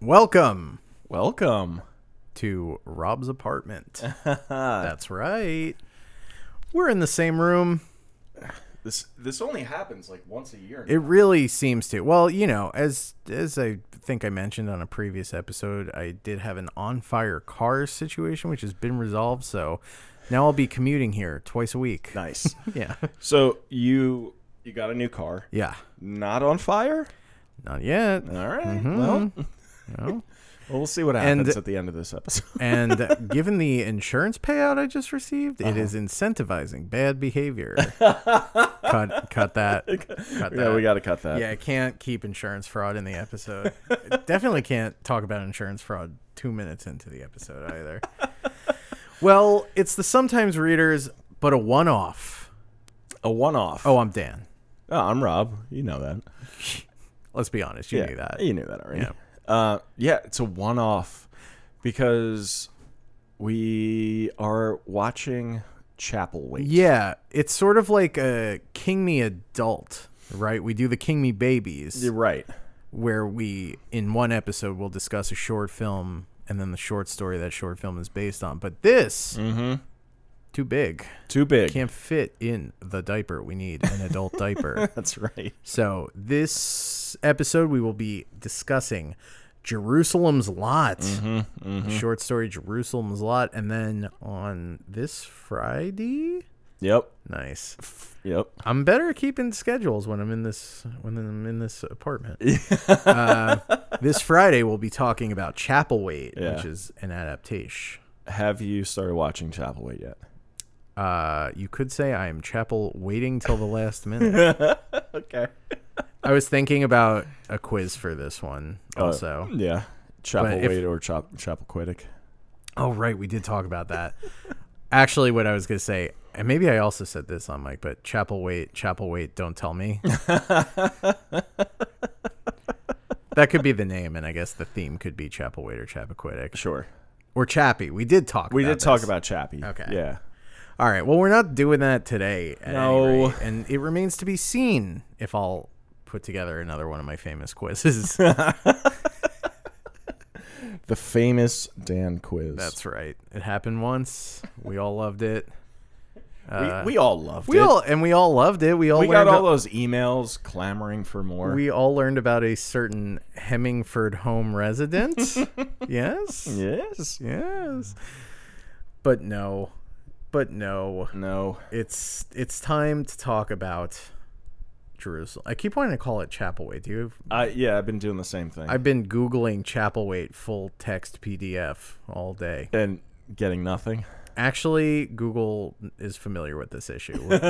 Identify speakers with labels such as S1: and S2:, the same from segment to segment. S1: Welcome
S2: Welcome.
S1: to Rob's apartment. That's right. We're in the same room.
S2: This this only happens like once a year.
S1: It really seems to. Well, you know, as as I think I mentioned on a previous episode, I did have an on fire car situation which has been resolved, so now I'll be commuting here twice a week.
S2: nice.
S1: Yeah.
S2: so you you got a new car.
S1: Yeah.
S2: Not on fire?
S1: Not yet.
S2: All right, Mm-hmm. Well,
S1: No.
S2: well, we'll see what happens at the end of this episode.
S1: And uh, given the insurance payout I just received, it is incentivizing bad behavior. cut, cut that. Cut
S2: yeah,
S1: that.
S2: we got to cut that.
S1: Yeah, I can't keep insurance fraud in the episode. I definitely can't talk about insurance fraud two minutes into the episode either. well, it's the sometimes readers, but a one off.
S2: A one-off.
S1: Oh, I'm Dan.
S2: Oh, I'm Rob. You know that.
S1: Let's be honest. You knew that.
S2: You knew that already.
S1: Yeah.
S2: Uh, yeah, it's a one off because we are watching Chapel Wait.
S1: Yeah, it's sort of like a King Me Adult, right? We do the King Me Babies.
S2: You're right.
S1: where we in one episode will discuss a short film and then the short story that short film is based on. But this too big.
S2: Too big.
S1: Can't fit in the diaper. We need an adult diaper.
S2: That's right.
S1: So this episode we will be discussing Jerusalem's Lot. The short story Jerusalem's Lot. And then on this Friday.
S2: Yep.
S1: Nice.
S2: Yep.
S1: I'm better at keeping schedules when I'm in this when I'm in this apartment. uh, this Friday we'll be talking about Chapel Wait,
S2: Yeah.
S1: which is an adaptation.
S2: Have you started watching Chapel Wait yet?
S1: Uh, you could say I am Chapel waiting till the last minute.
S2: Okay.
S1: I was thinking about a quiz for this one
S2: Oh.
S1: also.
S2: yeah. Chapel
S1: But if-
S2: Wait or Chap- Chapel Quiddick.
S1: oh right, we did talk about that. Actually, what I was gonna say, and maybe I also said this on mic, but Chapel Wait, Chapel Wait, don't tell me. that could be the name, and I guess the theme could be Chapel Wait or Chappaquiddick.
S2: Sure.
S1: or Chappie. We did talk.
S2: We
S1: about
S2: did talk
S1: this.
S2: about Chappie.
S1: Okay.
S2: Yeah.
S1: All right. Well, we're not doing that today. At any
S2: No.
S1: rate, and it remains to be seen if I'll put together another one of my famous quizzes.
S2: The famous Dan quiz.
S1: That's right. It happened once. We all loved it.
S2: we, we all loved
S1: Uh, We
S2: it.
S1: all and we all loved it. We all
S2: we got
S1: learned
S2: all those emails clamoring for more.
S1: we all learned about a certain Hemingford home resident. yes.
S2: yes.
S1: Yes. But no. But no.
S2: No.
S1: it's it's time to talk about Jerusalem. I keep wanting to call it Chapel Wait. Do you?
S2: I yeah, I've been doing the same thing
S1: I've been googling Chapel Wait full text PDF all day.
S2: and getting nothing.
S1: Actually, Google is familiar with this issue, with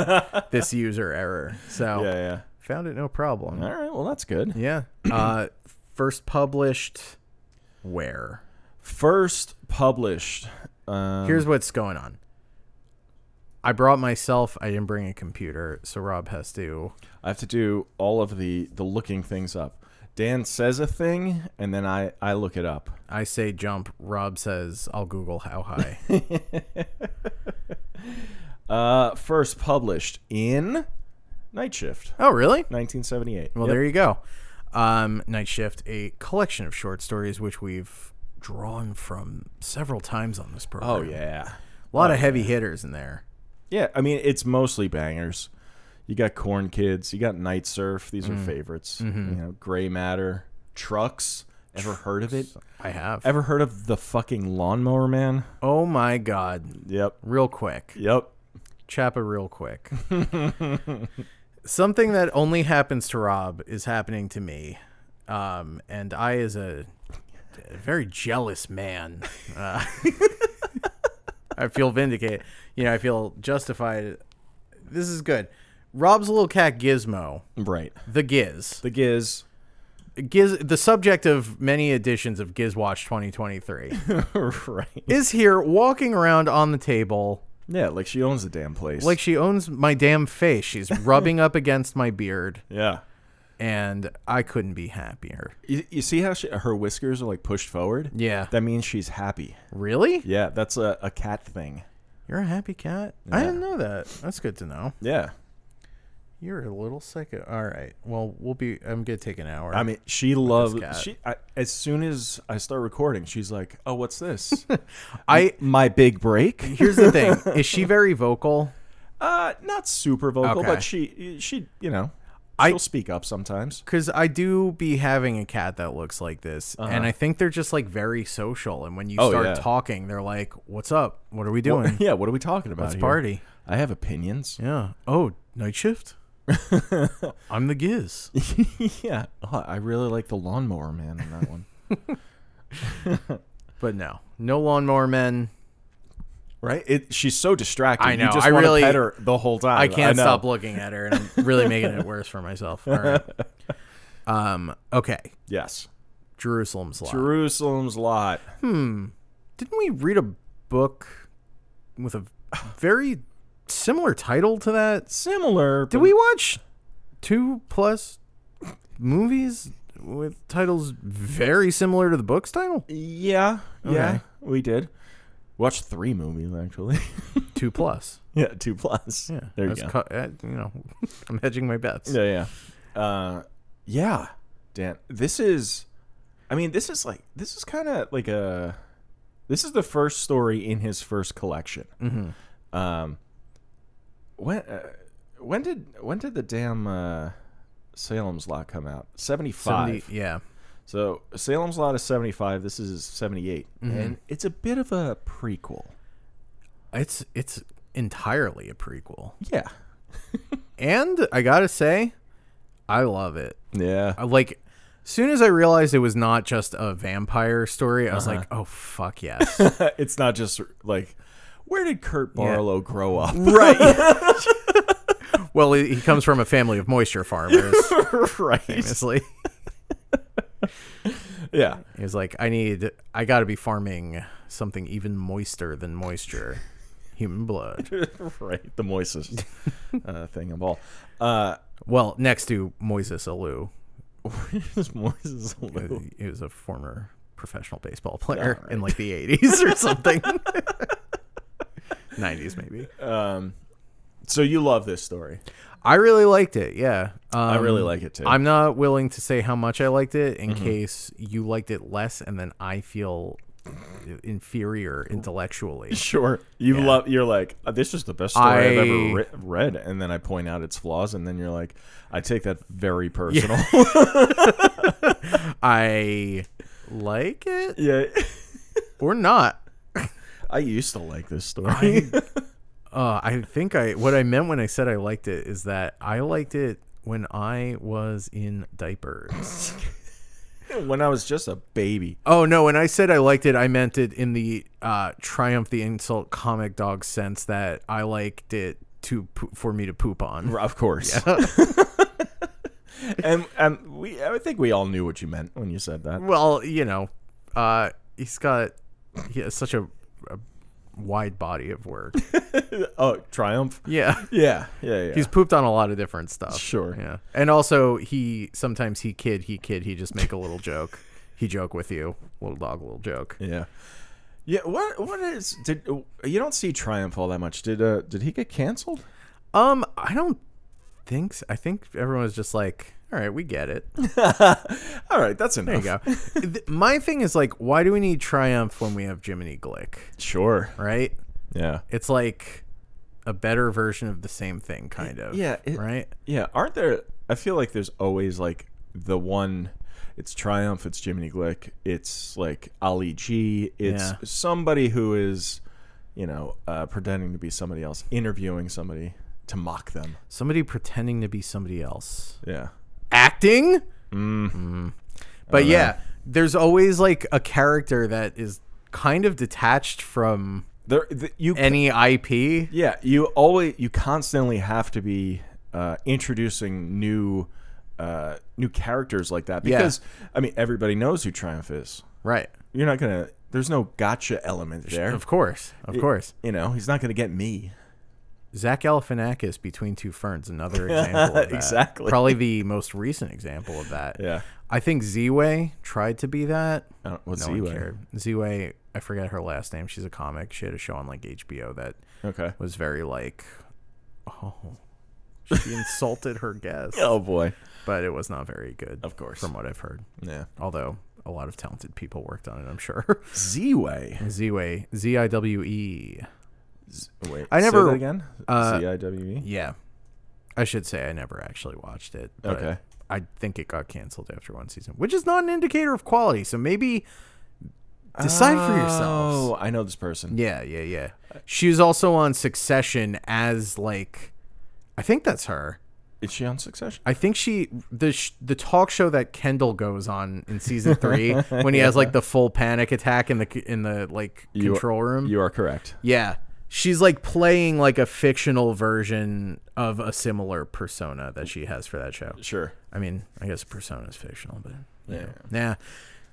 S1: this user error. So
S2: Yeah,
S1: found it no problem.
S2: yeah. All right, well that's good.
S1: Yeah. Uh, first published where?
S2: First published. Um,
S1: Here's what's going on. I brought myself. I didn't bring a computer, so Rob has to.
S2: I have to do all of the the looking things up. Dan says a thing and then I I look it up.
S1: I say jump. Rob says I'll Google how high.
S2: Uh, first published in Night Shift,
S1: Oh, really?
S2: 1978.
S1: Well,
S2: Yep.
S1: there you go. Um, Night Shift, a collection of short stories which we've drawn from several times on this program.
S2: Oh yeah,
S1: a lot of heavy hitters in there.
S2: yeah. I mean, it's mostly bangers. You got Corn Kids. You got Night Surf. These
S1: Mm.
S2: are favorites.
S1: Mm-hmm.
S2: You know, Gray Matter, Trucks. Ever heard of it?
S1: I have.
S2: Ever heard of the fucking Lawnmower Man?
S1: oh my God!
S2: Yep.
S1: Real quick,
S2: Yep.
S1: Chappa, real quick. Something that only happens to Rob is happening to me, um, and I, as a a very jealous man, uh, I feel vindicated. You know, I feel justified. This is good. Rob's little cat Gizmo.
S2: Right.
S1: the Giz.
S2: The Giz.
S1: Giz, the subject of many editions of Giz Watch 2023,
S2: right.
S1: is here walking around on the table
S2: Yeah, like she owns the damn place.
S1: like she owns my damn face. She's rubbing up against my beard,
S2: yeah.
S1: and I couldn't be happier.
S2: You, you see how she, her whiskers are like pushed forward?
S1: Yeah.
S2: That means she's happy.
S1: Really?
S2: Yeah, that's a, a cat thing.
S1: You're a happy cat? I didn't know that. That's good to know.
S2: Yeah.
S1: You're a little psycho. All right. Well, we'll be. I'm gonna take an hour.
S2: I mean, she loved.
S1: cat.
S2: She I, as soon as I start recording, she's like, "Oh, what's this?
S1: I.
S2: My big break."
S1: Here's the thing. Is she very vocal?
S2: Uh, not super vocal,
S1: Okay.
S2: but she she you know
S1: I-
S2: she'll speak up sometimes.
S1: Because I do be having a cat that looks like this, and I think they're just like very social. And when you
S2: Uh-huh. Oh,
S1: start
S2: yeah.
S1: talking, they're like, "What's up? What are we doing?
S2: yeah, what are we talking about?
S1: Let's
S2: here?
S1: party."
S2: I have opinions.
S1: Yeah. Oh, night shift. I'm the Giz.
S2: yeah, oh, I really like the lawnmower man in that one.
S1: But no, no lawnmower men.
S2: Right? It, she's so distracting.
S1: I know,
S2: You just
S1: I
S2: want
S1: really-
S2: to pet her the whole time.
S1: I can't
S2: know.
S1: stop looking at her, and I'm really making it worse for myself. All right. Um. Okay.
S2: Yes,
S1: Jerusalem's lot.
S2: Jerusalem's lot.
S1: Didn't we read a book with a very similar title to that?
S2: Similar.
S1: Did we watch two plus movies with titles very similar to the book's title?
S2: Yeah, yeah,
S1: Okay.
S2: we did. Watched three movies actually.
S1: Two plus.
S2: yeah, two plus. Yeah, there you
S1: That's
S2: go.
S1: cu- uh, you know, I'm hedging my bets.
S2: yeah, yeah, uh, yeah. Dan, this is. I mean, this is like this is kind of like a. This is the first story in his first collection.
S1: Mhm.
S2: Um, when uh, when did when did the damn uh, Salem's Lot come out? Seventy five.
S1: 70 yeah.
S2: So Salem's Lot is seventy five. This is seventy and it's a bit of a prequel.
S1: It's it's entirely a prequel.
S2: Yeah.
S1: And I got to say, I love it.
S2: Yeah.
S1: I- like soon as I realized it was not just a vampire story, I was like, "Oh fuck yes."
S2: it's not just like where did Kurt Barlow grow up?
S1: right. well, he, he comes from a family of moisture farmers,
S2: right.
S1: famously.
S2: Yeah.
S1: He was like, I need, I got to be farming something even moister than moisture, human blood.
S2: right. The moistest uh, thing of all. Uh
S1: Well, next to Moises Alou, uh,
S2: where's Moises Alou?
S1: he was a former professional baseball player in like the 80s or something. 90s maybe.
S2: Um so you love this story.
S1: I really liked it. Yeah, um, I
S2: really like it, too. Mm-hmm.
S1: I'm not willing to say how much I liked it in case you liked it less, and then I feel inferior intellectually.
S2: Sure. You love you're like "Uh, this is the best story I... have
S1: I-
S2: ever re- read and then I point out its flaws and then you're like I take that very personal.
S1: I like it
S2: Yeah.
S1: or not.
S2: I used to like this story.
S1: Uh, I think I what I meant when I said I liked it is that I liked it when I was in diapers.
S2: when I was just a baby.
S1: oh no, when I said I liked it, I meant it in the uh, triumph the insult comic dog sense that I liked it to po- for me to poop on.
S2: Of course. and um, we, I think we all knew what you meant when you said that.
S1: Well, you know, uh, he's got he has such a, a wide body of work.
S2: Oh, triumph.
S1: Yeah.
S2: Yeah, yeah, yeah.
S1: He's pooped on a lot of different stuff.
S2: Sure.
S1: Yeah. And also he sometimes he kid, he kid, he just make a little joke. He joke with you. Little dog, little joke.
S2: yeah, yeah. What? What is? Did you don't see triumph all that much? Did uh? Did he get canceled?
S1: Um, I don't think so. I think everyone's just like, all right, we get it.
S2: All right, that's enough.
S1: There you go. Th- My thing is like, why do we need Triumph when we have Jiminy Glick?
S2: Sure.
S1: Right?
S2: Yeah.
S1: It's like a better version of the same thing, kind of.
S2: Yeah, it-
S1: right?
S2: Yeah. Aren't there? I feel like there's always like the one. It's triumph. It's Jiminy Glick. It's like Ali G. It's
S1: Yeah.
S2: somebody who is, you know, uh, pretending to be somebody else, interviewing somebody to mock them.
S1: Somebody pretending to be somebody else.
S2: Yeah.
S1: Acting? Mm. But yeah, there's always like a character that is kind of detached from
S2: There. The, you
S1: any IP.
S2: Yeah, you always you constantly have to be uh, introducing new uh, new characters like that
S1: Yeah.
S2: because I mean everybody knows who Triumph is.
S1: Right.
S2: You're not gonna. There's no gotcha element there.
S1: Of course. Of course.
S2: You know he's not gonna get me.
S1: Zach Galifianakis between two ferns, another example of that.
S2: Exactly.
S1: Probably the most recent example of that.
S2: Yeah.
S1: I think Z-Way tried to be that.
S2: I don't, what's
S1: No one
S2: Z-Way?
S1: cared. Z-Way, I forget her last name. She's a comic. She had a show on like HBO that
S2: Okay.
S1: was very like, oh, She insulted her guest,
S2: Oh boy.
S1: but it was not very good,
S2: Of course.
S1: from what I've heard.
S2: Yeah.
S1: Although a lot of talented people worked on it, I'm sure.
S2: Z-way.
S1: Z-Way, Z I W E.
S2: Z- Wait.
S1: I
S2: say
S1: never-
S2: that again.
S1: uh,
S2: Z-I-W-E.
S1: Yeah, I should say I never actually watched it. but
S2: Okay.
S1: I think it got canceled after one season, which is not an indicator of quality. So maybe decide for yourselves.
S2: Oh, I know this person.
S1: Yeah, yeah, yeah. She was also on Succession as like, I think that's her.
S2: Is she on Succession?
S1: I think she the sh- the talk show that Kendall goes on in season three when he has like the full panic attack in the c- in the like
S2: You-
S1: control room.
S2: You are correct.
S1: yeah, she's like playing like a fictional version of a similar persona that she has for that show.
S2: Sure.
S1: I mean, I guess persona is fictional, but
S2: Yeah.
S1: yeah.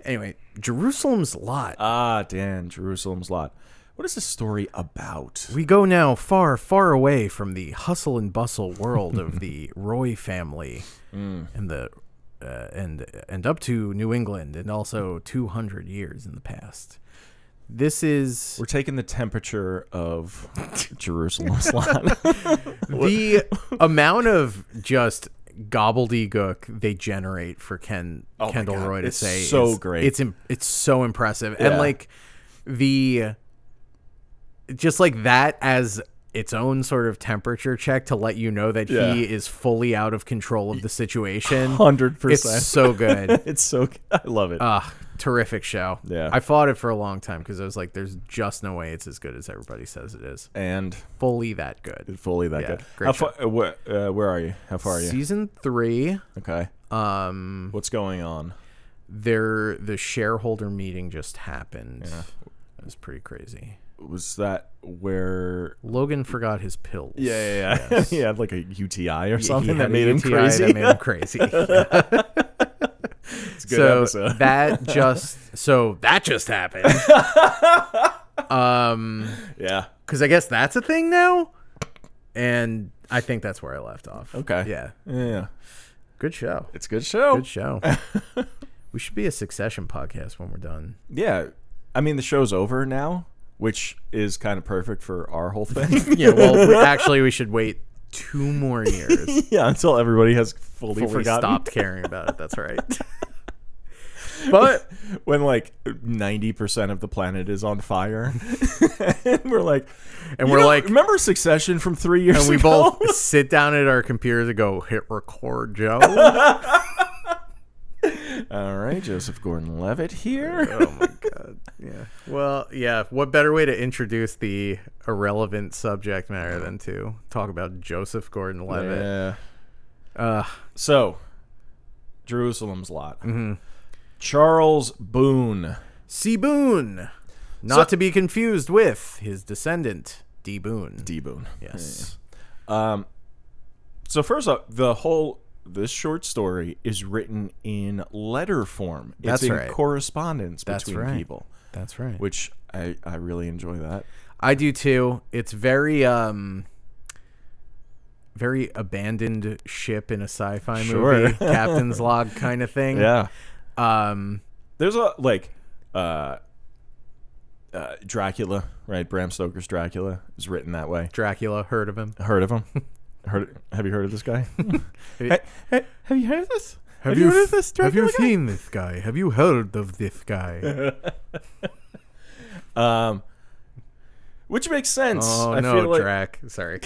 S1: Anyway, Jerusalem's Lot.
S2: Ah, Dan, Jerusalem's Lot. What is this story about?
S1: We go now far, far away from the hustle and bustle world of the Roy family and the uh, and and up to New England and also 200 years in the past. This is
S2: We're taking the temperature of Jerusalem's Lot.
S1: the amount of just gobbledygook they generate for Ken
S2: Oh my
S1: Kendall
S2: God,
S1: Roy to
S2: it's
S1: say
S2: so
S1: is-
S2: great.
S1: It's im- it's so impressive and
S2: Yeah.
S1: like the just like that as its own sort of temperature check to let you know that
S2: Yeah.
S1: he is fully out of control of the situation.
S2: 100%.
S1: It's so good.
S2: It's so good. I love it.
S1: Ah, terrific show.
S2: Yeah.
S1: I fought it for a long time because I was like, there's just no way it's as good as everybody says it is.
S2: and
S1: Fully that good.
S2: fully that
S1: Yeah,
S2: good.
S1: great
S2: How far, uh, where, uh, where are you? How far are you?
S1: Season three.
S2: Okay.
S1: Um,
S2: What's going on?
S1: their the shareholder meeting just happened. It was pretty crazy.
S2: Was that where?
S1: Logan forgot his pills.
S2: Yeah, yeah, yeah. he had like a UTI or
S1: He
S2: something
S1: had
S2: that
S1: a
S2: made him
S1: UTI
S2: crazy.
S1: That made him crazy.
S2: it's a good
S1: so
S2: episode.
S1: that just so that just happened. um,
S2: yeah.
S1: because I guess that's a thing now, and I think that's where I left off.
S2: Okay.
S1: Yeah.
S2: Yeah.
S1: Good show.
S2: It's a good show.
S1: Good show. we should be a Succession podcast when we're done.
S2: yeah. I mean, the show's over now, which is kind of perfect for our whole thing.
S1: Yeah. Well, we- actually, we should wait two more years.
S2: yeah, until everybody has fully,
S1: fully
S2: forgotten.
S1: stopped caring about it. That's right. but
S2: When like ninety percent of the planet is on fire, and we're like,
S1: and
S2: "You
S1: we're
S2: know,
S1: like,
S2: remember Succession from three years
S1: and we
S2: ago?
S1: both sit down at our computers and go hit record, Joe.
S2: All right, Joseph Gordon-Levitt here.
S1: oh my god. Yeah. Well, yeah. What better way to introduce the irrelevant subject matter than to talk about Joseph Gordon-Levitt?
S2: Yeah.
S1: Uh,
S2: So, Jerusalem's Lot. Charles Boone.
S1: C. Boone, not to be confused with his descendant D. Boone.
S2: D. Boone.
S1: yes.
S2: So first up, the whole this short story is written in letter form. It's
S1: That's
S2: in
S1: right.
S2: correspondence between
S1: right.
S2: people,
S1: That's right.
S2: which I, I really enjoy that.
S1: I do too. It's very um very abandoned ship in a sci-fi movie,
S2: Sure.
S1: captain's log kind of thing.
S2: Yeah.
S1: Um
S2: There's a like uh uh Dracula, right? Bram Stoker's Dracula is written that way.
S1: Dracula heard of him.
S2: Heard of him? heard have you heard of this guy? Hey, hey, have you heard of this? Have,
S1: you
S2: you heard
S1: f-
S2: of this
S1: Have you
S2: Dracula guy?
S1: seen this guy? Have you heard of this guy?
S2: Um which makes sense.
S1: Oh
S2: I
S1: no,
S2: feel like,
S1: Drac. Sorry.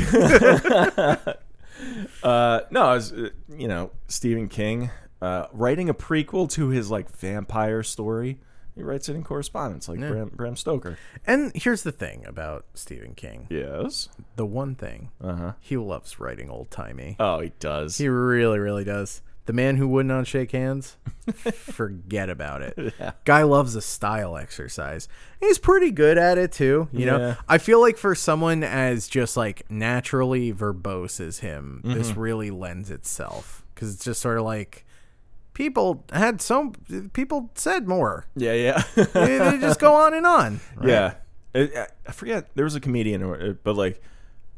S2: Uh, no, it was, uh, you know, Stephen King uh, writing a prequel to his like vampire story. He writes it in correspondence, like Bram, Bram Stoker.
S1: and here's the thing about Stephen King.
S2: Yes.
S1: The one thing.
S2: Uh huh.
S1: He loves writing old-timey.
S2: Oh, he does.
S1: He really, really does. The man who would not shake hands, forget about it. Guy loves a style exercise. He's pretty good at it too. You know,
S2: Yeah.
S1: I feel like for someone as just like naturally verbose as him, this really lends itself because it's just sort of like people had so people said more.
S2: yeah, yeah,
S1: they, they just go on and on. right?
S2: yeah. It- I- I forget there was a comedian, or- uh, but like,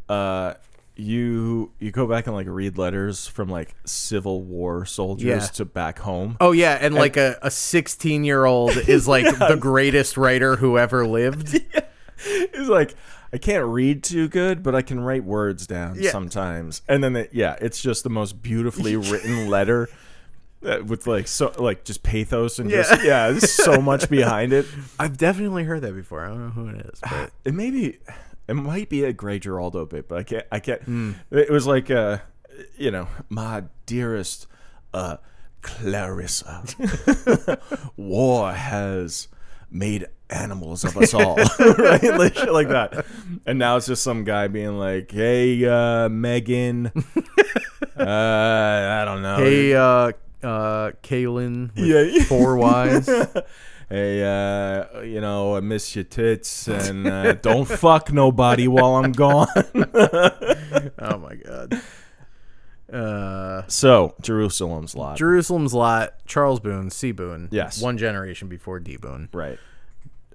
S2: uh, you you go back and like read letters from like Civil War soldiers
S1: Yeah.
S2: to back home.
S1: Oh yeah, and like a a sixteen year old is like the greatest writer who ever lived.
S2: He's like, I can't read too good, but I can write words down
S1: Yeah.
S2: sometimes. And then, it, yeah, it's just the most beautifully written letter uh, with like so like just pathos and just yeah, there's so much behind it.
S1: I've definitely heard that before. I don't know who it is, but
S2: It may be, it might be a Gray Giraldo bit, but I can't. I can't. It was like, uh, you know, my dearest, uh, Clarissa, war has made animals of us all, right? Like shit like that. And now it's just some guy being like, "Hey, uh, Megan, uh, I don't know,
S1: hey, uh, uh, Kalen, with
S2: Yeah.
S1: four Y's.
S2: Hey, uh, you know, I miss your tits, and uh, don't fuck nobody while I'm gone."
S1: oh my god. Uh,
S2: So Jerusalem's lot.
S1: Jerusalem's Lot, Charles Boone, C Boone.
S2: Yes.
S1: One generation before D Boone.
S2: right.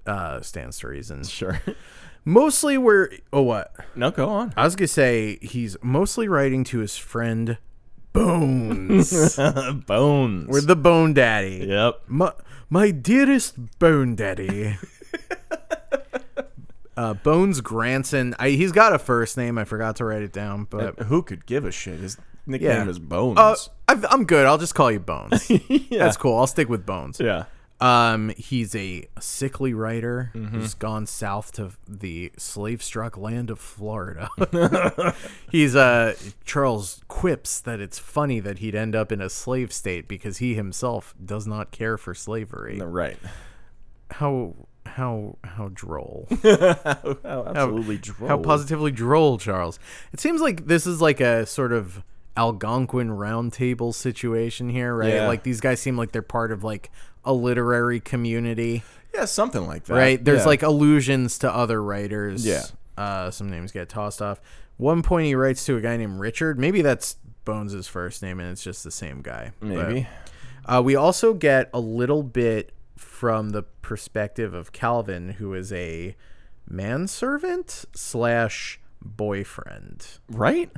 S1: Uh, stands to reason.
S2: Sure.
S1: Mostly where. Oh, what?
S2: No, go on.
S1: I was going to say he's mostly writing to his friend Bones.
S2: Bones.
S1: We're the Bone Daddy.
S2: yep.
S1: My, my dearest Bone Daddy. uh, Bones Granson. I, he's got a first name. I forgot to write it down, but.
S2: Who could give a shit? His nickname
S1: Yeah.
S2: is Bones.
S1: Uh, I've, I'm good. I'll just call you Bones. That's cool. I'll stick with Bones.
S2: yeah.
S1: Um, he's a sickly writer
S2: Mm-hmm.
S1: who's gone south to the slave-struck land of Florida. he's uh Charles quips that it's funny that he'd end up in a slave state because he himself does not care for slavery.
S2: Right.
S1: How how how droll.
S2: Oh, How absolutely droll.
S1: How positively droll, Charles. It seems like this is like a sort of Algonquin roundtable situation here, right?
S2: Yeah.
S1: Like these guys seem like they're part of like a literary community.
S2: Yeah, something like that.
S1: right? There's
S2: Yeah.
S1: like allusions to other writers.
S2: Yeah.
S1: Uh, some names get tossed off. One point he writes to a guy named Richard. Maybe that's Bones' first name, and it's just the same guy. But,
S2: maybe.
S1: uh, we also get a little bit from the perspective of Calvin, who is a manservant slash boyfriend.
S2: right.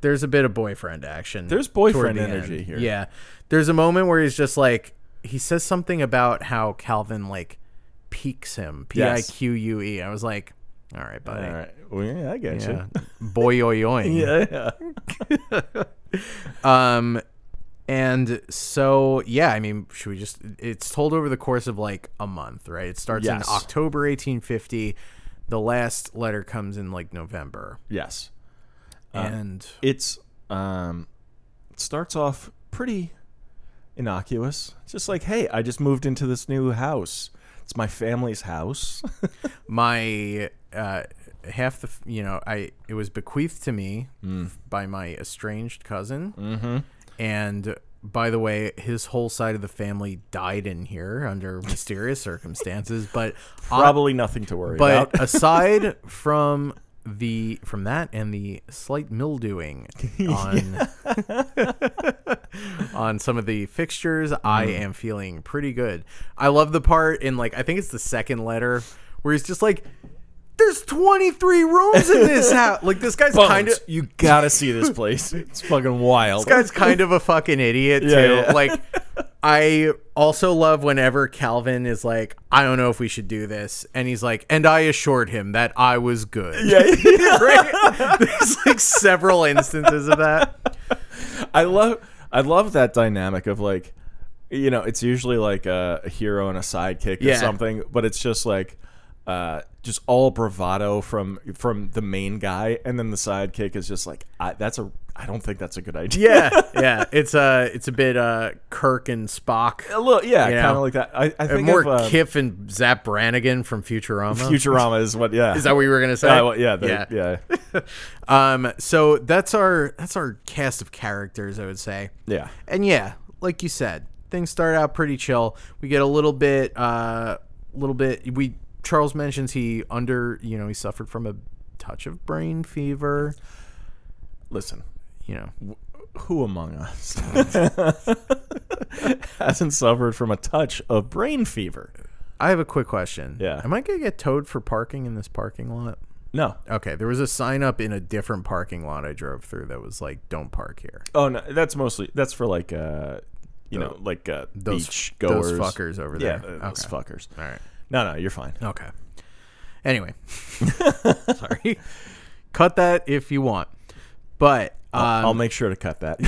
S1: There's a bit of boyfriend action.
S2: There's boyfriend
S1: toward the
S2: energy here.
S1: Yeah. There's a moment where he's just like he says something about how Calvin like piques him. P I
S2: Yes.
S1: Q U E. I was like, all right, buddy.
S2: All right. Well, yeah, I get
S1: Yeah.
S2: you.
S1: Boy oy oy.
S2: Yeah, yeah.
S1: Um and so yeah, I mean, should we just it's told over the course of like a month, right? It starts
S2: Yes.
S1: in October 1850. The last letter comes in like November.
S2: Yes.
S1: and
S2: It's um it starts off pretty innocuous. It's just like, hey, I just moved into this new house. It's my family's house.
S1: my uh, half the f- you know I it was bequeathed to me by my estranged cousin, mm-hmm. and by the way, his whole side of the family died in here under mysterious circumstances. But I-
S2: Probably nothing to worry about.
S1: but aside from the from that and the slight mildewing on on some of the fixtures, I
S2: Mm-hmm.
S1: am feeling pretty good. I love the part in like I think it's the second letter where he's just like there's 23 rooms in this house. Like this guy's kind of
S2: Bones, you gotta see this place. It's fucking wild.
S1: this guy's kind of a fucking idiot too.
S2: Yeah, yeah.
S1: Like I also love whenever Calvin is like, I don't know if we should do this, and he's like, and I assured him that I was good.
S2: yeah,
S1: Right? There's like several instances of that.
S2: I love I love that dynamic of like, you know, it's usually like a, a hero and a sidekick
S1: Yeah.
S2: or something, but it's just like, uh, just all bravado from from the main guy, and then the sidekick is just like, I, that's a I don't think that's a good idea.
S1: Yeah, yeah. It's uh it's a bit uh Kirk and Spock.
S2: A little, yeah,
S1: You know.
S2: kind of like that. I, I think
S1: more
S2: of, uh,
S1: Kiff and Zap Brannigan from um, Futurama.
S2: Futurama is what, yeah,
S1: is that what you were gonna say?
S2: Uh, well, yeah, the-
S1: yeah.
S2: yeah, yeah,
S1: Um, so that's our that's our cast of characters, I would say.
S2: yeah.
S1: And yeah, like you said, things start out pretty chill. We get a little bit, uh, little bit. We Charles mentions he under, you know, he suffered from a touch of brain fever.
S2: Listen,
S1: You know,
S2: who among us hasn't suffered from a touch of brain fever?
S1: I have a quick question.
S2: Yeah.
S1: am I gonna get towed for parking in this parking lot?
S2: No.
S1: Okay, there was a sign up in a different parking lot I drove through that was like, "Don't park here."
S2: Oh no, that's mostly that's for like uh, you know, like uh,
S1: Those
S2: beach goers,
S1: those fuckers over
S2: Yeah, uh,
S1: there.
S2: those
S1: okay.
S2: fuckers.
S1: All right.
S2: No, no, you're fine.
S1: Okay. Anyway, sorry. Cut that if you want, but um,
S2: I'll make sure to cut that.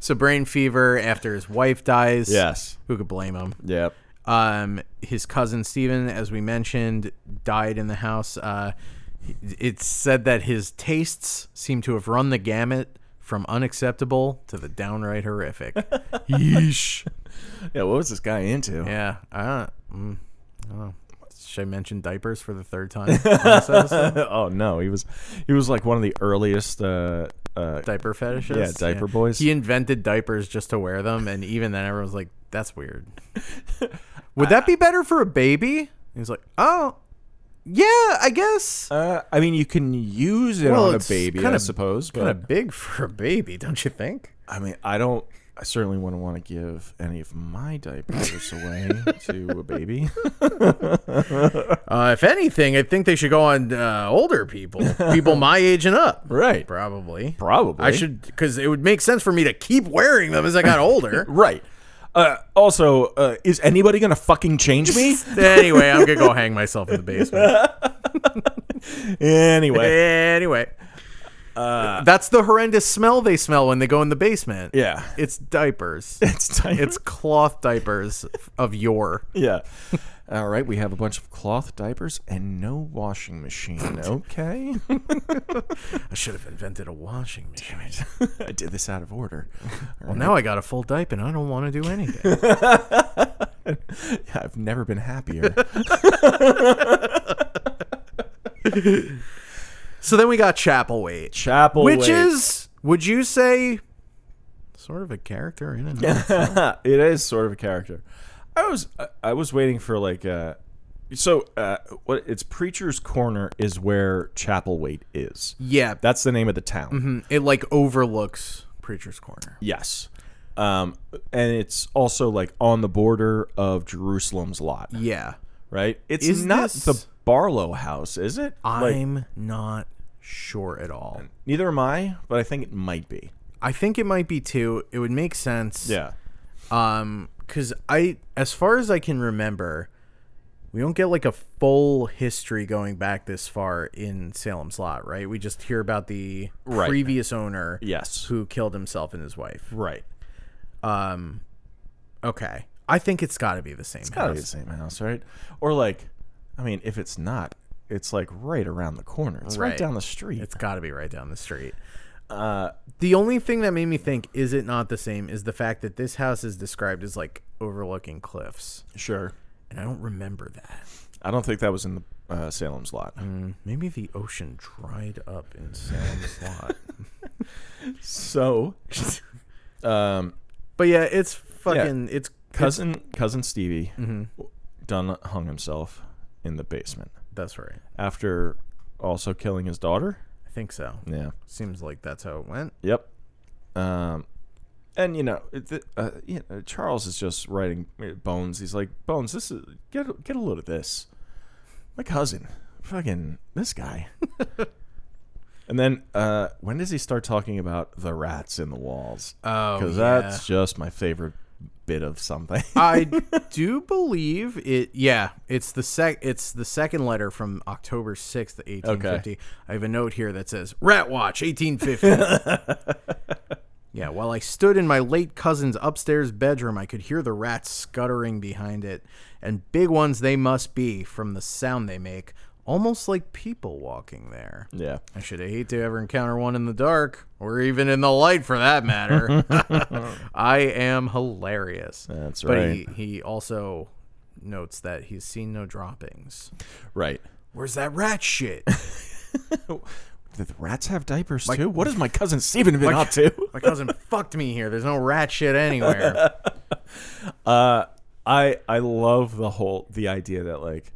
S1: so brain fever after his wife dies.
S2: yes.
S1: who could blame him?
S2: Yep.
S1: Um, his cousin Steven, as we mentioned, died in the house. Uh, it's said that his tastes seem to have run the gamut from unacceptable to the downright horrific. Yeesh.
S2: Yeah. What was this guy into?
S1: Yeah. I don't, mm, I don't know. Should I mention diapers for the third time? on this episode?
S2: oh no, he was he was like one of the earliest. Uh, uh,
S1: diaper fetishes.
S2: Yeah, diaper boys.
S1: He invented diapers just to wear them, and even then, everyone's like, "That's weird." Would that be better for a baby? And he's like, "Oh, yeah, I guess."
S2: uh, I mean, you can use it
S1: Well,
S2: on a
S1: it's
S2: baby,
S1: kinda-
S2: I suppose. But
S1: Kind of big for a baby, don't you think?
S2: I mean, I don't. I certainly wouldn't want to give any of my diapers away to a baby.
S1: Uh, if anything, I think they should go on uh, older people, people my age and up,
S2: Right.
S1: probably.
S2: Probably.
S1: I should, because it would make sense for me to keep wearing them as I got older.
S2: Right. Uh, also, uh, is anybody gonna fucking change me?
S1: anyway, I'm gonna go hang myself in the basement. Eh.
S2: anyway.
S1: Anyway, that's the horrendous smell they smell when they go in the basement.
S2: Yeah.
S1: It's diapers.
S2: It's time.
S1: it's cloth diapers of yore.
S2: yeah. All right, we have a bunch of cloth diapers and no washing machine. Okay.
S1: I should have invented a washing machine.
S2: I did this out of order. All
S1: Well, now I got a full diaper and I don't want to do anything.
S2: right. I've never been happier.
S1: so then we got Chapel Wait,
S2: Chapel,
S1: which
S2: Wait.
S1: is, would you say, sort of a character in and of
S2: it is sort of a character. I was I- I was waiting for like uh so uh what it's Preacher's Corner is where Chapel Wait is.
S1: Yeah,
S2: That's the name of the town.
S1: mm, it like overlooks Preacher's Corner.
S2: Yes. Um and it's also like on the border of Jerusalem's lot,
S1: Yeah,
S2: right? It's
S1: Is
S2: not
S1: this-
S2: the Barlow house, is it? like,
S1: I'm not sure at all.
S2: neither am I, but I think it might be.
S1: I think it might be two. It would make sense.
S2: Yeah.
S1: Um, because I, as far as I can remember, we don't get like a full history going back this far in Salem's Lot, right? We just hear about the
S2: Right.
S1: previous owner
S2: Yes.
S1: who killed himself and his wife.
S2: Right.
S1: Um, okay. I think it's got to be the same
S2: Gotta be
S1: house.
S2: the same house, right? Or like, I mean, if it's not, it's like right around the corner. It's right,
S1: Right.
S2: down the street.
S1: It's got to be right down the street.
S2: uh,
S1: The only thing that made me think is it not the same is the fact that this house is described as like overlooking cliffs,
S2: sure.
S1: and I don't remember that.
S2: I don't think that was in the uh, Salem's lot.
S1: Maybe the ocean dried up in Salem's Lot.
S2: So, um,
S1: But yeah, it's fucking it's cousin.
S2: cousin Mm-hmm. cousin Stevie done hung himself in the basement
S1: That's right.
S2: after also killing his daughter.
S1: I think so.
S2: Yeah.
S1: Seems like that's how it went.
S2: Yep. Um, and you know, it- th- uh, you know, Charles is just writing uh, Bones. He's like, Bones, this is get get a load of this. My cousin, fucking this guy. and then uh, when does he start talking about the rats in the walls?
S1: Oh,
S2: Because that's just my favorite bit of something.
S1: I do believe it. Yeah, it's the sec. It's the second letter from October sixth, eighteen fifty. I have a note here that says "Rat Watch, eighteen fifty. yeah. While I stood in my late cousin's upstairs bedroom, I could hear the rats scuttering behind it, and big ones they must be from the sound they make, almost like people walking there.
S2: yeah.
S1: I should hate to ever encounter one in the dark, or even in the light for that matter. I am hilarious.
S2: That's
S1: but
S2: right.
S1: But he, he also notes that he's seen no droppings.
S2: Right.
S1: Where's that rat shit?
S2: Did the rats have diapers too? What has my cousin Steven been up to?
S1: My cousin fucked me here. There's no rat shit anywhere.
S2: Uh, I I love the whole the idea that like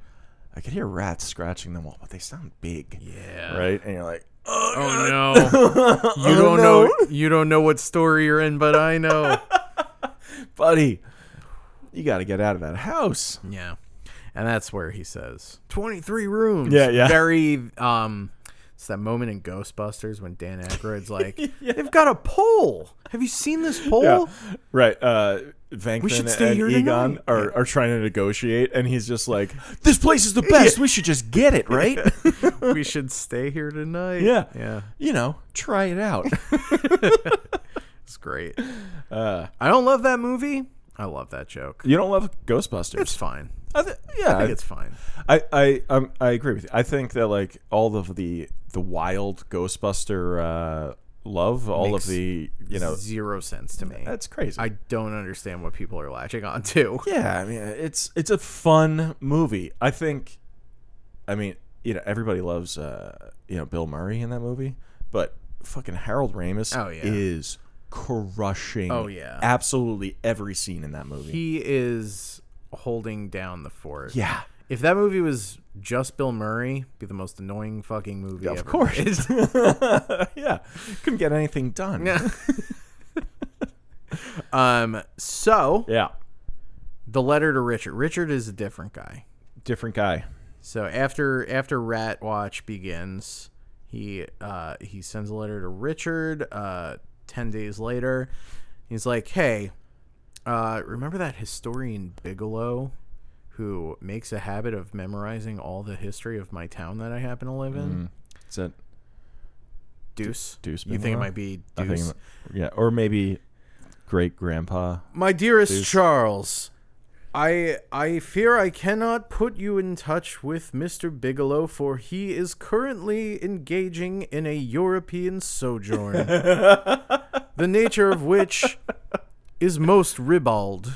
S2: I could hear rats scratching the wall, but they sound big.
S1: Yeah.
S2: Right? And you're like, oh,
S1: Oh no. You don't
S2: no.
S1: know you don't know what story you're in, but I know.
S2: buddy, you got to get out of that house.
S1: Yeah. And that's where he says 23 rooms.
S2: Yeah, yeah.
S1: Very um It's that moment in Ghostbusters when Dan Aykroyd's like, "They've got a pole. Have you seen this pole?"
S2: Yeah. Right. Uh, Vankman
S1: should
S2: and
S1: stay here
S2: Egon
S1: tonight.
S2: are, are trying to negotiate, and he's just like, "This place is the best. We should just get it, right?
S1: we should stay here tonight.
S2: Yeah.
S1: Yeah.
S2: you know, try it out."
S1: It's great.
S2: Uh,
S1: I don't love that movie. I love that joke.
S2: you don't love Ghostbusters?
S1: It's fine.
S2: I th- yeah,
S1: I think it's fine.
S2: I I um, I agree with you. I think that like all of the the wild Ghostbuster uh, love, all
S1: Makes
S2: of the you know,
S1: Zero sense to me.
S2: that's crazy.
S1: I don't understand what people are latching on to.
S2: yeah, I mean, it's it's a fun movie. I think, I mean, you know, everybody loves uh, you know Bill Murray in that movie, but fucking Harold Ramis
S1: Oh, yeah.
S2: is crushing.
S1: Oh, yeah.
S2: absolutely every scene in that movie.
S1: He is holding down the fort.
S2: yeah,
S1: If that movie was just Bill Murray, it'd be the most annoying fucking movie
S2: of
S1: ever.
S2: course. yeah, couldn't get anything done.
S1: Yeah. um so
S2: yeah,
S1: the letter to Richard. Richard is a different guy.
S2: different guy.
S1: So after after Rat Watch begins, he uh, he sends a letter to Richard. Uh, Ten days later, he's like, "Hey, uh, remember that historian Bigelow who makes a habit of memorizing all the history of my town that I happen to live
S2: Mm.
S1: in?
S2: Is that
S1: Deuce,
S2: Deuce
S1: You think it
S2: Bigelow?
S1: might be
S2: I think,
S1: Deuce?
S2: yeah, or maybe great grandpa.
S1: My dearest Charles, I I fear I cannot put you in touch with Mr. Bigelow for he is currently engaging in a European sojourn. the nature of which is most ribald.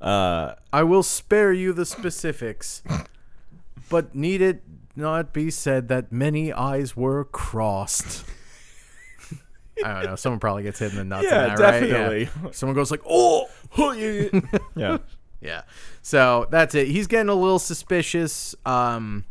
S2: Uh,
S1: I will spare you the specifics, but need it not be said that many eyes were crossed. I don't know. Someone probably gets hit in the nuts. in
S2: Yeah,
S1: that, right?
S2: definitely.
S1: Someone goes like, "Oh, huh, yeah, yeah."
S2: yeah,
S1: Yeah. So that's it. He's getting a little suspicious. Um,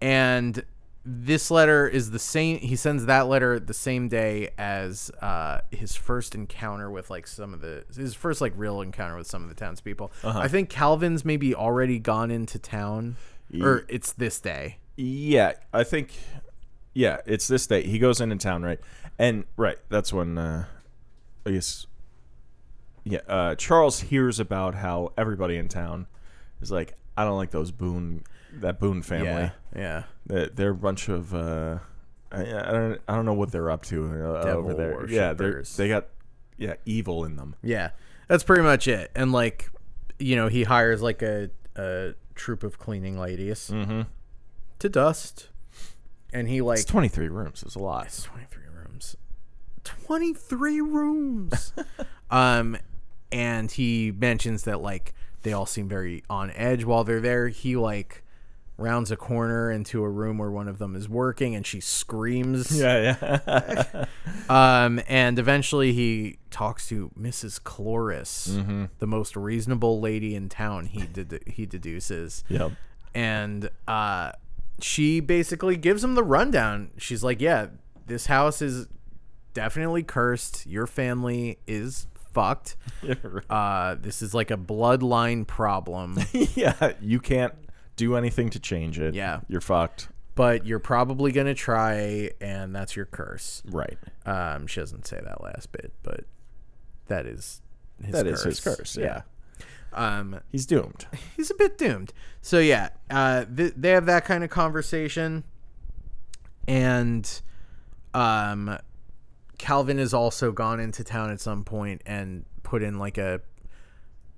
S1: and this letter is the same. He sends that letter the same day as uh, his first encounter with like some of the his first like real encounter with some of the townspeople. I think Calvin's maybe already gone into town, or it's this day.
S2: yeah. I think, yeah, it's this day. He goes into town, right? And right, that's when uh, I guess, yeah. Uh, Charles hears about how everybody in town is like, I don't like those Boone, that Boone family.
S1: Yeah.
S2: That They're a bunch of. Uh, I, I don't. I don't know what they're up to uh,
S1: Devil
S2: over there. Yeah, they're,
S1: worshippers.
S2: they got, yeah, evil in them.
S1: Yeah, that's pretty much it. And like, you know, he hires like a a troop of cleaning ladies to dust, and he like
S2: It's twenty three rooms. It's a lot.
S1: twenty three rooms, twenty three rooms. um, and he mentions that like they all seem very on edge while they're there. He like rounds a corner into a room where one of them is working, and she screams.
S2: Yeah, yeah.
S1: Um, and eventually he talks to Mrs. Cloris, the most reasonable lady in town. He ded- he deduces,
S2: yep.
S1: and uh, she basically gives him the rundown. She's like, "Yeah, this house is definitely cursed. Your family is fucked. Uh, this is like a bloodline problem."
S2: yeah, you can't do anything to change it.
S1: Yeah.
S2: You're fucked.
S1: But you're probably gonna try, and that's your curse.
S2: Right.
S1: Um, she doesn't say that last bit, but that is his
S2: That
S1: curse.
S2: is his curse. Yeah.
S1: Um,
S2: He's doomed.
S1: he's a bit doomed. So yeah, uh, th- they have that kind of conversation, and um, Calvin has also gone into town at some point and put in like a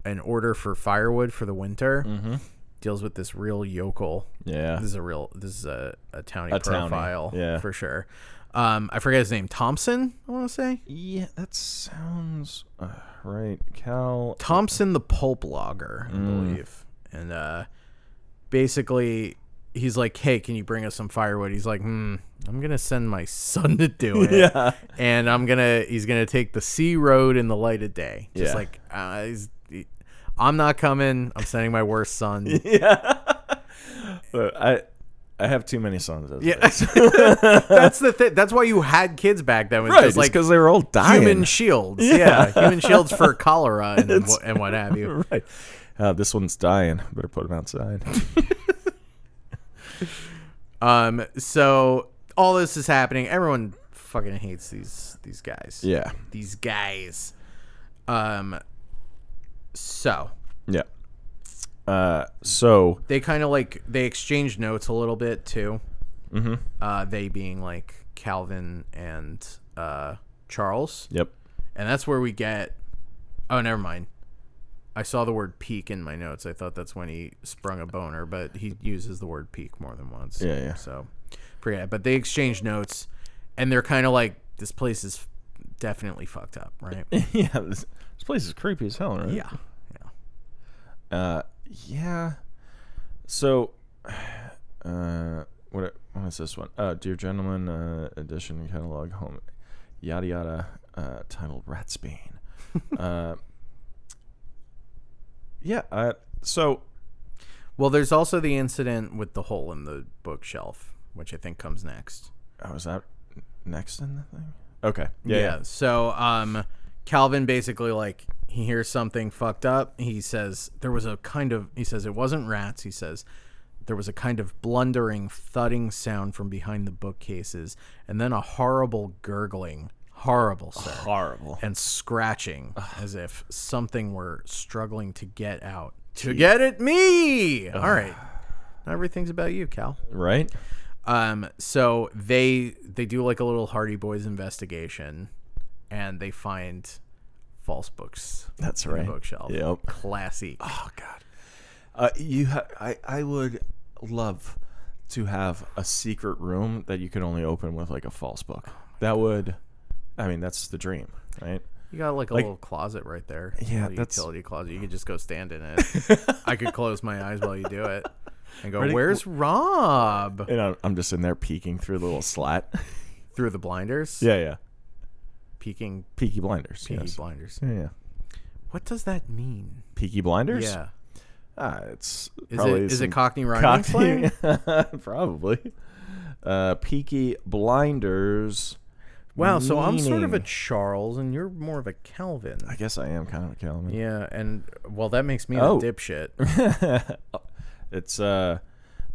S1: an order for firewood for the winter. Mm-hmm. Deals with this real yokel.
S2: Yeah.
S1: This is a real. This is a a townie
S2: townie,
S1: profile.
S2: yeah.
S1: for sure. Um, I forget his name. Thompson. I want to say
S2: Yeah, that sounds uh, right. Cal.
S1: Thompson the pulp logger, I
S2: Mm.
S1: believe. And uh, basically, he's like, "Hey, can you bring us some firewood?" He's like, "Hmm, I'm gonna send my son to do it,
S2: Yeah.
S1: and I'm gonna he's gonna take the sea road in the light of day, just
S2: Yeah.
S1: like uh, he's, he- I'm not coming. I'm sending my worst son.
S2: Look, I I have too many sons. As it
S1: Yeah,
S2: is.
S1: that's the thing. That's why you had kids back then. Was
S2: Right.
S1: just like
S2: because they were all dying.
S1: human shields. Yeah. human shields for cholera and, and, what, and what have you.
S2: right. Uh, this one's dying. Better put him outside.
S1: Um, so all this is happening. Everyone fucking hates these these guys.
S2: Yeah.
S1: These guys. Um. So
S2: Yeah. Uh, so
S1: they kind of like they exchange notes a little bit too. Mm-hmm. Uh, they being like Calvin and uh, Charles,
S2: yep.
S1: and that's where we get. Oh, never mind. I saw the word peak in my notes. I thought that's when he sprung a boner, but he uses the word peak more than once.
S2: Yeah, yeah.
S1: So, forget. it. But they exchange notes, and they're kind of like, "This place is definitely fucked up, right?"
S2: yeah, this, this place is creepy as hell, right?
S1: yeah.
S2: Uh, yeah. So, uh, what what is this one? Uh, dear gentlemen, uh, edition catalog home, yada yada, uh, titled Ratsbane. uh, yeah. Uh, so
S1: Well, there's also the incident with the hole in the bookshelf, which I think comes next.
S2: oh, was that next in the thing? Okay. Yeah. yeah.
S1: So, um, Calvin basically like he hears something fucked up. He says there was a kind of he says it wasn't rats. He says there was a kind of blundering, thudding sound from behind the bookcases, and then a horrible gurgling, horrible, sir,
S2: Horrible.
S1: and scratching as if something were struggling to get out. To get at me. All right. Now everything's about you, Cal.
S2: Right.
S1: Um, so they they do like a little Hardy Boys investigation, and they find false books.
S2: That's
S1: in the
S2: right.
S1: Bookshelf.
S2: Yep.
S1: Classy.
S2: Oh God. Uh, you ha- I I would love to have a secret room that you could only open with like a false book.
S1: Oh,
S2: that would, I mean, that's the dream, right?
S1: You got like a little closet right there. A
S2: Yeah,
S1: little
S2: that's-
S1: utility closet. You could just go stand in it. I could close my eyes while you do it, and go,
S2: Ready?
S1: "Where's Rob?"
S2: And I'm, I'm just in there peeking through the little slat.
S1: Through the blinders.
S2: yeah, yeah.
S1: Peeking
S2: Peaky blinders.
S1: peeking
S2: yes.
S1: blinders.
S2: yeah, yeah.
S1: What does that mean?
S2: Peaky blinders.
S1: Yeah.
S2: Ah, it's
S1: Is
S2: probably
S1: it is
S2: some
S1: it Cockney rhyming slang?
S2: cockney. probably. Uh, Peaky blinders.
S1: Wow. So I'm sort of a
S2: meaning-
S1: Charles, and you're more of a Calvin.
S2: I guess I am kind of a Calvin.
S1: Yeah, and well, that makes me
S2: Oh.
S1: a dipshit.
S2: it's uh,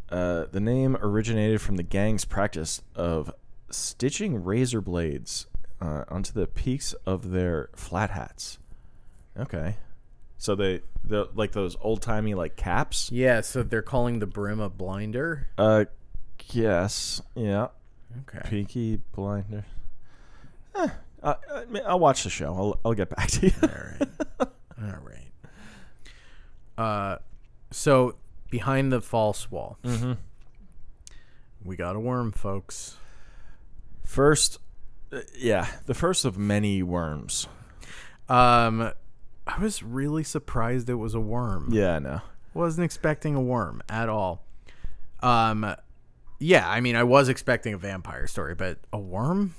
S2: uh, the name originated from the gang's practice of stitching razor blades uh, onto the peaks of their flat hats. Okay, so they the like those old timey like caps.
S1: Yeah, so they're calling the brim a blinder.
S2: Uh, yes, yeah,
S1: Okay.
S2: Peaky Blinder. Eh, I, I mean, I'll watch the show. I'll I'll get back to you.
S1: All right. All right. Uh, so behind the false wall, we got a worm, folks.
S2: First, uh, yeah, the first of many worms.
S1: Um, I was really surprised it was a worm.
S2: Yeah, I know.
S1: Wasn't expecting a worm at all. Um, yeah, I mean, I was expecting a vampire story, but a worm?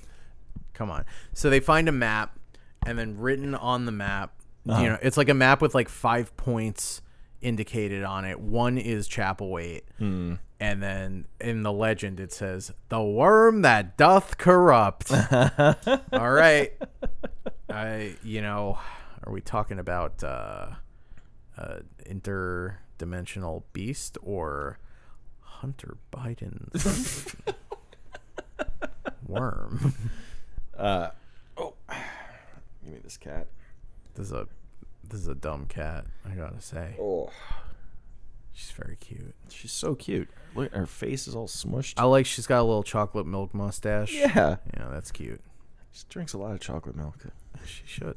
S1: Come on. So they find a map, and then written on the map, you know, it's like a map with like five points indicated on it. One is Chapelwaite, and then in the legend it says, "The worm that doth corrupt." all right, I you know, are we talking about uh, uh, interdimensional beast or Hunter Biden's worm?
S2: Give me this cat.
S1: This is a this is a dumb cat. I gotta say,
S2: Oh,
S1: she's very cute.
S2: she's so cute. Look, her face is all smushed.
S1: I like she's got a little chocolate milk mustache.
S2: yeah,
S1: yeah, that's cute.
S2: she drinks a lot of chocolate milk.
S1: She should.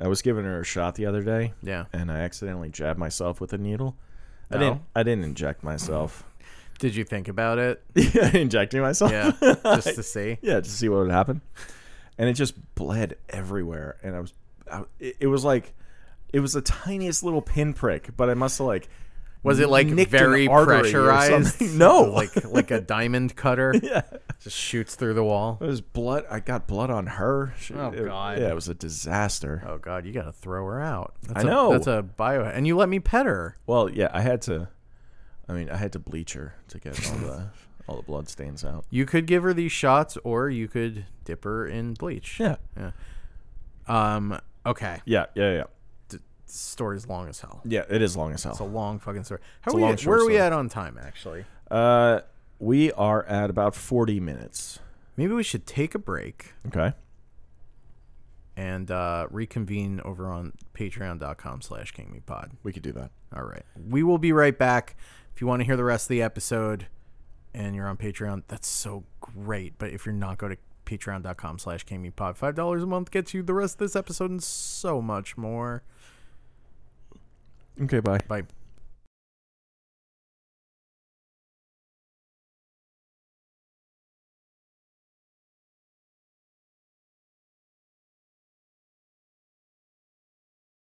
S2: I was giving her a shot the other day,
S1: Yeah.
S2: and I accidentally jabbed myself with a needle. I
S1: No?
S2: didn't. I didn't inject myself.
S1: Did you think about it?
S2: Injecting myself.
S1: Yeah, just to see.
S2: yeah, to see what would happen. And it just bled everywhere, and I was, I, it it was like, it was the tiniest little pinprick, but I must have like,
S1: Was it like
S2: nicked an
S1: very
S2: artery or
S1: pressurized?
S2: something. No,
S1: like like a diamond cutter
S2: yeah.
S1: just shoots through the wall.
S2: It was blood. I got blood on her. She-
S1: Oh,
S2: it-
S1: God.
S2: Yeah, it was a disaster.
S1: Oh God, you gotta throw her out. That's
S2: I
S1: a-
S2: know.
S1: that's a bio, and you let me pet her.
S2: Well, yeah, I had to. I mean, I had to bleach her to get all the all the blood stains out.
S1: You could give her these shots, or you could dip her in bleach.
S2: Yeah,
S1: Um. Okay.
S2: yeah, yeah, yeah.
S1: This story's long as hell.
S2: Yeah, it is long as
S1: It's a
S2: hell.
S1: long fucking story. How
S2: a
S1: we
S2: long,
S1: at-
S2: short
S1: where are we
S2: story.
S1: at on time, actually?
S2: Uh, We are at about 40 minutes.
S1: Maybe we should take a break
S2: Okay.
S1: and uh, reconvene over on patreon.com slash kingmepod.
S2: We could do that.
S1: All right. We will be right back. If you want to hear the rest of the episode and you're on Patreon, that's so great. But if you're not, go to patreon.com slash kingmepod. $5 a month gets you the rest of this episode and so much more.
S2: Okay, bye.
S1: Bye.